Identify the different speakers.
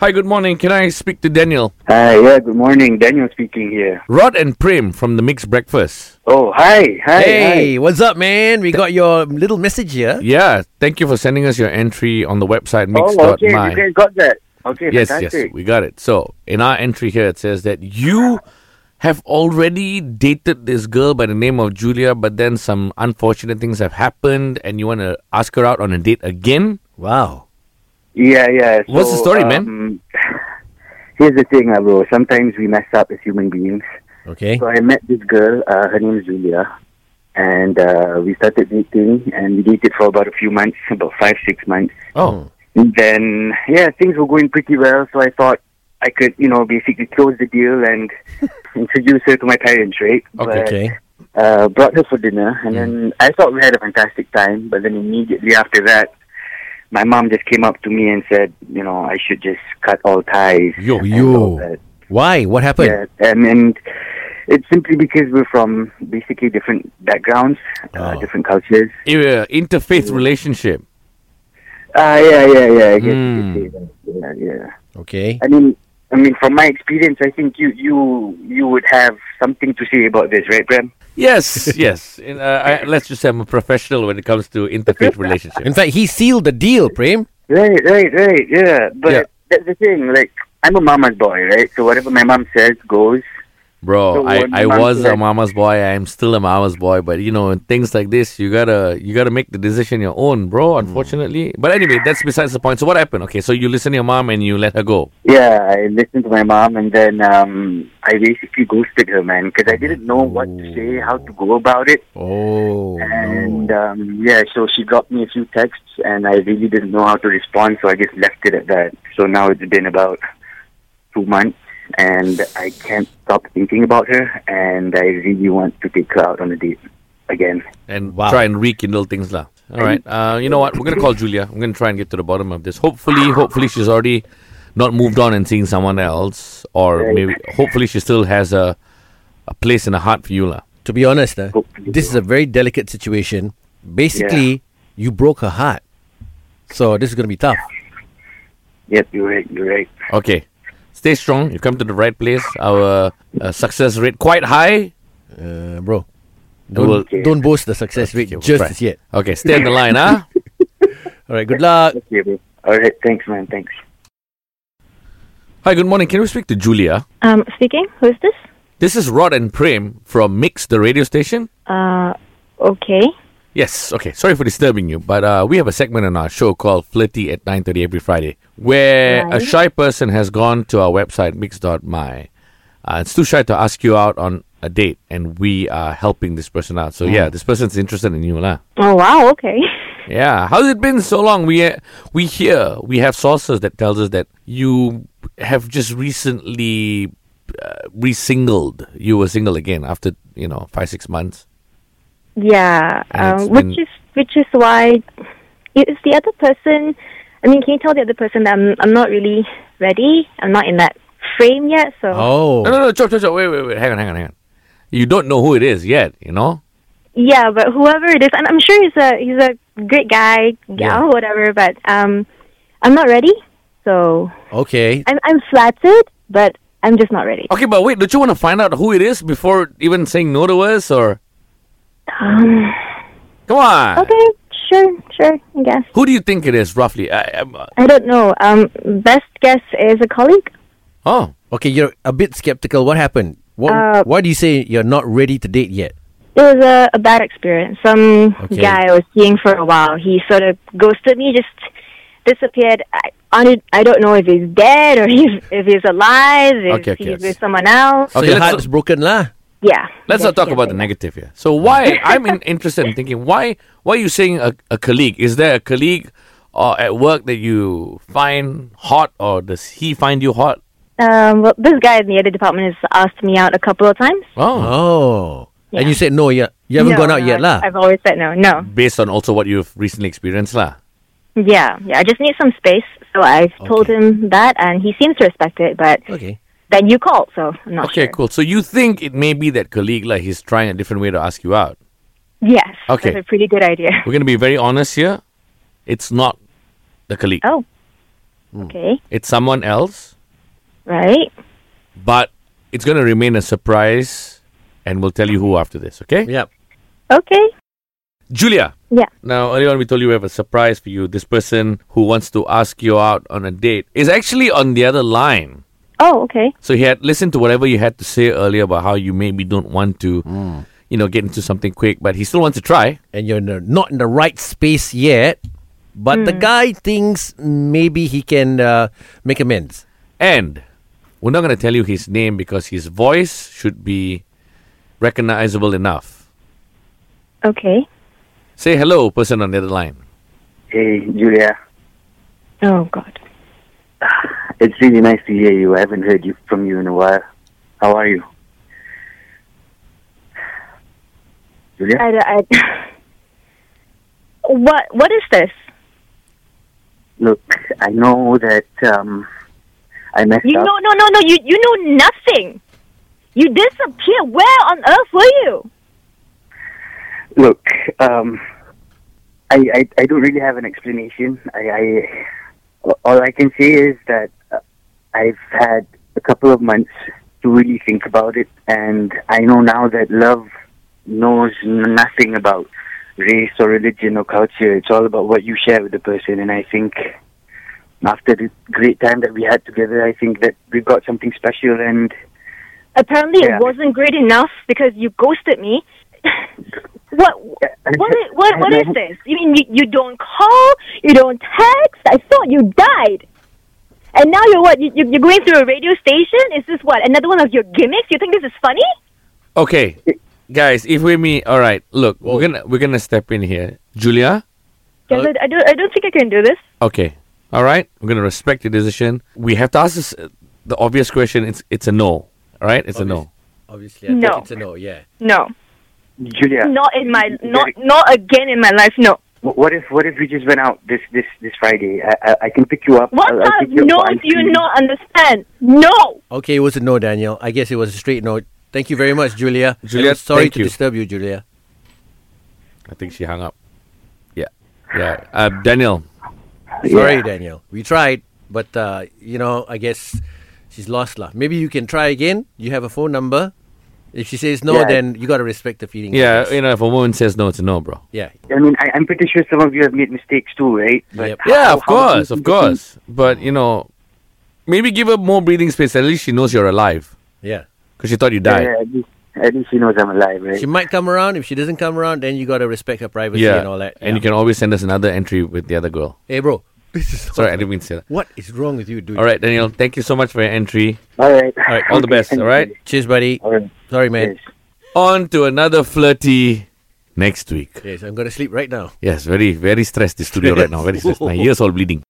Speaker 1: Hi, good morning. Can I speak to Daniel?
Speaker 2: Hi, yeah, good morning. Daniel speaking here.
Speaker 1: Rod and Prim from the Mixed Breakfast.
Speaker 2: Oh, hi, hi,
Speaker 3: Hey, what's up, man? We got your little message here.
Speaker 1: Yeah, thank you for sending us your entry on the website
Speaker 2: hi.
Speaker 1: mix.my.
Speaker 2: Oh, okay, you guys got that. Okay,
Speaker 1: yes, yes,
Speaker 2: fantastic.
Speaker 1: we got it. So, in our entry here, it says that you have already dated this girl by the name of Julia, but then some unfortunate things have happened and you want to ask her out on a date again.
Speaker 3: Wow.
Speaker 2: Yeah, yeah. So,
Speaker 1: What's the story, man?
Speaker 2: um, Here's the thing, uh, bro. Sometimes we mess up as human beings.
Speaker 3: Okay.
Speaker 2: So I met this girl. Uh, her name is Julia, and uh, we started dating, and we dated for about a few months, about five, six months.
Speaker 1: Oh,
Speaker 2: And then, yeah, things were going pretty well. So I thought I could, you know, basically close the deal and introduce her to my parents, right?
Speaker 1: Okay.
Speaker 2: But
Speaker 3: Hmm. Okay.
Speaker 2: uh, brought her for dinner, and then I thought we had a fantastic time. But then immediately after that, my mom just came up to me and said, you know, I should just cut all ties.
Speaker 1: Yo,
Speaker 2: and
Speaker 3: yo.
Speaker 2: all that.
Speaker 3: Why? What happened?
Speaker 2: Yeah, and, and it's simply because we're from basically different backgrounds, uh,
Speaker 3: Oh.
Speaker 2: different cultures.
Speaker 1: i- uh, interfaith
Speaker 2: Mm.
Speaker 1: relationship.
Speaker 2: Ah, yeah, yeah, yeah. I guess you
Speaker 1: Hmm.
Speaker 2: could say that. Yeah, yeah.
Speaker 3: Okay.
Speaker 2: I mean, I mean, from my experience, I think you you you would have something to say about this, right, Prem?
Speaker 1: Yes, yes. In, uh, I, let's just say I'm a professional when it comes to interfaith relationship.
Speaker 3: In fact, he sealed the deal, Prem.
Speaker 2: Right, right, right. Yeah, but
Speaker 1: Yeah.
Speaker 2: that's the thing. Like, I'm a mama's boy, right? So whatever my mom says goes.
Speaker 1: Bro,
Speaker 2: So
Speaker 1: I,
Speaker 2: what
Speaker 1: I
Speaker 2: mom
Speaker 1: was a
Speaker 2: said-
Speaker 1: mama's boy. I am still a mama's boy. But you know, in things like this, you gotta you gotta make the decision your own, bro. Unfortunately, but anyway, that's besides the point. So what happened? Okay, so you listen to your mom and you let her go.
Speaker 2: Yeah, I listened to my mom, and then um, I basically ghosted her, man, because I didn't know what to say, how to go about it.
Speaker 3: Oh.
Speaker 2: And um, yeah, so she dropped me a few texts, and I really didn't know how to respond, so I just left it at that. So now it's been about two months, and I can't stop thinking about her, and I really want to take her out on a date again.
Speaker 1: and
Speaker 3: Wow.
Speaker 1: try and rekindle things lah. All right. Uh, you know what? We're gonna call Julia. I'm gonna try and get to the bottom of this. Hopefully, hopefully she's already not moved on and seeing someone else, or
Speaker 2: Right.
Speaker 1: maybe hopefully she still has a a place in the heart for you lah.
Speaker 3: To be honest, uh,
Speaker 2: Hopefully.
Speaker 3: this is a very delicate situation. Basically, you broke her heart. So this is going to be tough.
Speaker 2: Yep, you're right, you're right.
Speaker 1: Okay. Stay strong. You come to the right place. Our uh, success rate quite high.
Speaker 3: Uh, bro. Don't,
Speaker 1: We'll-
Speaker 3: don't boast the success rate
Speaker 1: Okay, we'll
Speaker 3: just
Speaker 1: try.
Speaker 3: as yet.
Speaker 1: Okay. Stay on the line, huh?
Speaker 3: All right. Good luck.
Speaker 2: Okay, bro. All right, thanks, man, thanks.
Speaker 1: Hi. Good morning. Can we speak to Julia?
Speaker 4: Um, speaking. Who is this?
Speaker 1: This is Rod and Prem from Mix, the radio station.
Speaker 4: Uh, okay.
Speaker 1: Yes. Okay. Sorry for disturbing you, but uh, we have a segment on our show called Flirty at 9:30 every Friday, where a
Speaker 4: Right.
Speaker 1: shy person has gone to our website mix.my. Uh, it's too shy to ask you out on a date, and we are helping this person out.
Speaker 3: Mm.
Speaker 1: So yeah, this person's interested in you, lah.
Speaker 4: Oh wow. Okay.
Speaker 1: Yeah. How's it been so long? We uh, we hear we have sources that tells us that you have just recently uh, re-singled. You were single again after you know five six months.
Speaker 4: Yeah.
Speaker 1: And it's
Speaker 4: Um, which
Speaker 1: been-
Speaker 4: is which is why is the other person. I mean, can you tell the other person that I'm I'm not really ready. I'm not in that frame yet. So
Speaker 1: No,
Speaker 3: Oh.
Speaker 1: no, no, chop, chop, chop. Wait, wait, wait. Hang on, hang on, hang on. You don't know who it is yet, you know?
Speaker 4: yeah. But whoever it is, and I'm sure he's a he's a great guy,
Speaker 1: Yeah.
Speaker 4: gal, whatever. But um, I'm not ready. So
Speaker 3: Okay.
Speaker 4: I'm I'm flattered, but I'm just not ready.
Speaker 1: Okay, but wait, don't you want to find out who it is before even saying no to us or.
Speaker 4: Um,
Speaker 1: Come on.
Speaker 4: okay. Sure. Sure. I guess.
Speaker 1: Who do you think it is, roughly? I, I'm, uh,
Speaker 4: I don't know. Um, best guess is a colleague.
Speaker 1: oh,
Speaker 3: Okay. You're a bit skeptical. What happened? What,
Speaker 4: Uh,
Speaker 3: why do you say you're not ready to date yet?
Speaker 4: It was a, a bad experience. Some
Speaker 3: Okay.
Speaker 4: guy I was seeing for a while, he sort of ghosted me, just disappeared. I, on it, I don't know if he's dead or he's, if he's alive, if
Speaker 1: Okay, okay,
Speaker 4: he's
Speaker 1: okay.
Speaker 4: with someone else.
Speaker 3: So
Speaker 1: Okay,
Speaker 3: your
Speaker 1: let's-
Speaker 3: heart's broken lah.
Speaker 4: Yeah.
Speaker 1: let's
Speaker 4: Yeah,
Speaker 1: not talk
Speaker 4: yeah,
Speaker 1: about the
Speaker 4: yeah.
Speaker 1: negative here. So, why? I'm in, interested in thinking, why Why are you saying a, a colleague? Is there a colleague uh, at work that you find hot or does he find you hot?
Speaker 4: Um, well, this guy in the other department has asked me out a couple of times.
Speaker 1: Oh.
Speaker 3: Oh. And
Speaker 4: Yeah.
Speaker 3: you said no, you, you haven't
Speaker 4: No,
Speaker 3: gone out
Speaker 4: no,
Speaker 3: yet lah.
Speaker 4: I've always said no. No.
Speaker 1: Based on also what you've recently experienced, lah.
Speaker 4: Yeah. Yeah. I just need some space. So I've told
Speaker 3: Okay.
Speaker 4: him that, and he seems to respect it, but
Speaker 3: Okay.
Speaker 4: then you called, so I'm not
Speaker 1: Okay,
Speaker 4: sure.
Speaker 1: cool. So you think it may be that colleague, like he's trying a different way to ask you out.
Speaker 4: Yes.
Speaker 1: Okay.
Speaker 4: That's a pretty good idea.
Speaker 1: We're going to be very honest here. It's not the colleague.
Speaker 4: Oh. Okay.
Speaker 1: It's someone else,
Speaker 4: Right.
Speaker 1: but it's going to remain a surprise, and we'll tell you who after this, okay?
Speaker 3: Yep.
Speaker 4: Okay.
Speaker 1: Julia.
Speaker 4: Yeah.
Speaker 1: Now, earlier on, we told you we have a surprise for you. This person who wants to ask you out on a date is actually on the other line.
Speaker 4: Oh, okay.
Speaker 1: So he had listened to whatever you had to say earlier about how you maybe don't want to, you know, get into something quick, but he still wants to try.
Speaker 3: and you're n- not in the right space yet, but the
Speaker 4: Hmm.
Speaker 3: guy thinks maybe he can uh, make amends.
Speaker 1: And we're not going to tell you his name because his voice should be recognizable enough.
Speaker 4: Okay.
Speaker 1: Say hello, person on the other line.
Speaker 2: Hey, Julia,
Speaker 4: Oh God.
Speaker 2: it's really nice to hear you. I haven't heard you from you in a while. How are you? Julia?
Speaker 4: I, I, what What is this?
Speaker 2: Look, I know that um, I messed
Speaker 4: You
Speaker 2: up.
Speaker 4: know, no, no, no. You you know nothing. You disappeared. Where on earth were you?
Speaker 2: Look, um, I, I I don't really have an explanation. I, I all I can say is that uh, I've had a couple of months to really think about it, and I know now that love knows nothing about race or religion or culture. It's all about what you share with the person, and I think after the great time that we had together, I think that we got something special and.
Speaker 4: Apparently,
Speaker 2: Yeah.
Speaker 4: it wasn't great enough because you ghosted me. what What is, what what is this? You mean you, you don't call, you don't text? I thought you died, and now you're what? You, you- you're going through a radio station? Is this what another one of your gimmicks? You think this is funny?
Speaker 1: Okay, guys, if we meet, all right. Look, we're gonna we're gonna step in here, Julia.
Speaker 4: Guys, I, I don't I don't think I can do this.
Speaker 1: Okay, all right. We're gonna respect the decision. We have to ask this, uh, the obvious question. It's it's a no, all right? It's a no.
Speaker 3: Obviously,
Speaker 4: I think No. it's
Speaker 3: a no. Yeah.
Speaker 4: No,
Speaker 2: Julia,
Speaker 4: not in my not
Speaker 2: Derek.
Speaker 4: not again in my life. No.
Speaker 2: Wh- What if what if we just went out this this this Friday? I I, I can pick you up.
Speaker 4: What
Speaker 2: I'll, I'll
Speaker 4: kind
Speaker 2: pick
Speaker 4: of
Speaker 2: you up
Speaker 4: no
Speaker 2: for ice
Speaker 4: do you
Speaker 2: cream.
Speaker 4: not understand? No.
Speaker 3: Okay, it was a no, Daniel. I guess it was a straight no. Thank you very much, Julia. And
Speaker 1: Julia,
Speaker 3: we're sorry
Speaker 1: thank
Speaker 3: to
Speaker 1: you.
Speaker 3: disturb you, Julia.
Speaker 1: I think she hung up. Yeah, yeah. Uh, Daniel,
Speaker 3: Sorry,
Speaker 2: Yeah.
Speaker 3: Daniel. We tried, but uh, you know, I guess she's lost lah. Maybe you can try again. You have a phone number. If she says no,
Speaker 2: Yeah.
Speaker 3: then you gotta respect the feeling. I
Speaker 1: yeah.
Speaker 3: guess.
Speaker 1: You know, if a woman says no, it's a no, bro.
Speaker 3: Yeah.
Speaker 2: I mean, I, I'm pretty sure some of you have made mistakes too, right? But
Speaker 3: Yep.
Speaker 1: Yeah,
Speaker 2: how-
Speaker 1: of
Speaker 2: how do you
Speaker 1: course, of
Speaker 2: think you can-
Speaker 1: course. But you know, maybe give her more breathing space. At least she knows you're alive
Speaker 3: Yeah.
Speaker 1: because she thought you
Speaker 2: Yeah,
Speaker 1: died.
Speaker 2: yeah, at, least, at least she knows I'm alive, right?
Speaker 3: She might come around. If she doesn't come around, then you gotta respect her privacy
Speaker 1: Yeah,
Speaker 3: and all that.
Speaker 1: and you can always send us another entry with the other girl.
Speaker 3: Hey, bro. This is
Speaker 1: Sorry, I didn't mean to say that.
Speaker 3: What is wrong with you, dude?
Speaker 1: All right, Daniel, thank you so much for your entry.
Speaker 2: all right.
Speaker 1: All right, all the best, all right?
Speaker 3: Cheers, buddy.
Speaker 2: All right.
Speaker 3: Sorry, man.
Speaker 2: Yes.
Speaker 1: On to another flirty next week.
Speaker 3: Yes, I'm gonna sleep right now.
Speaker 1: Yes, very, very stressed the studio right now. Very stressed. My ears all bleeding.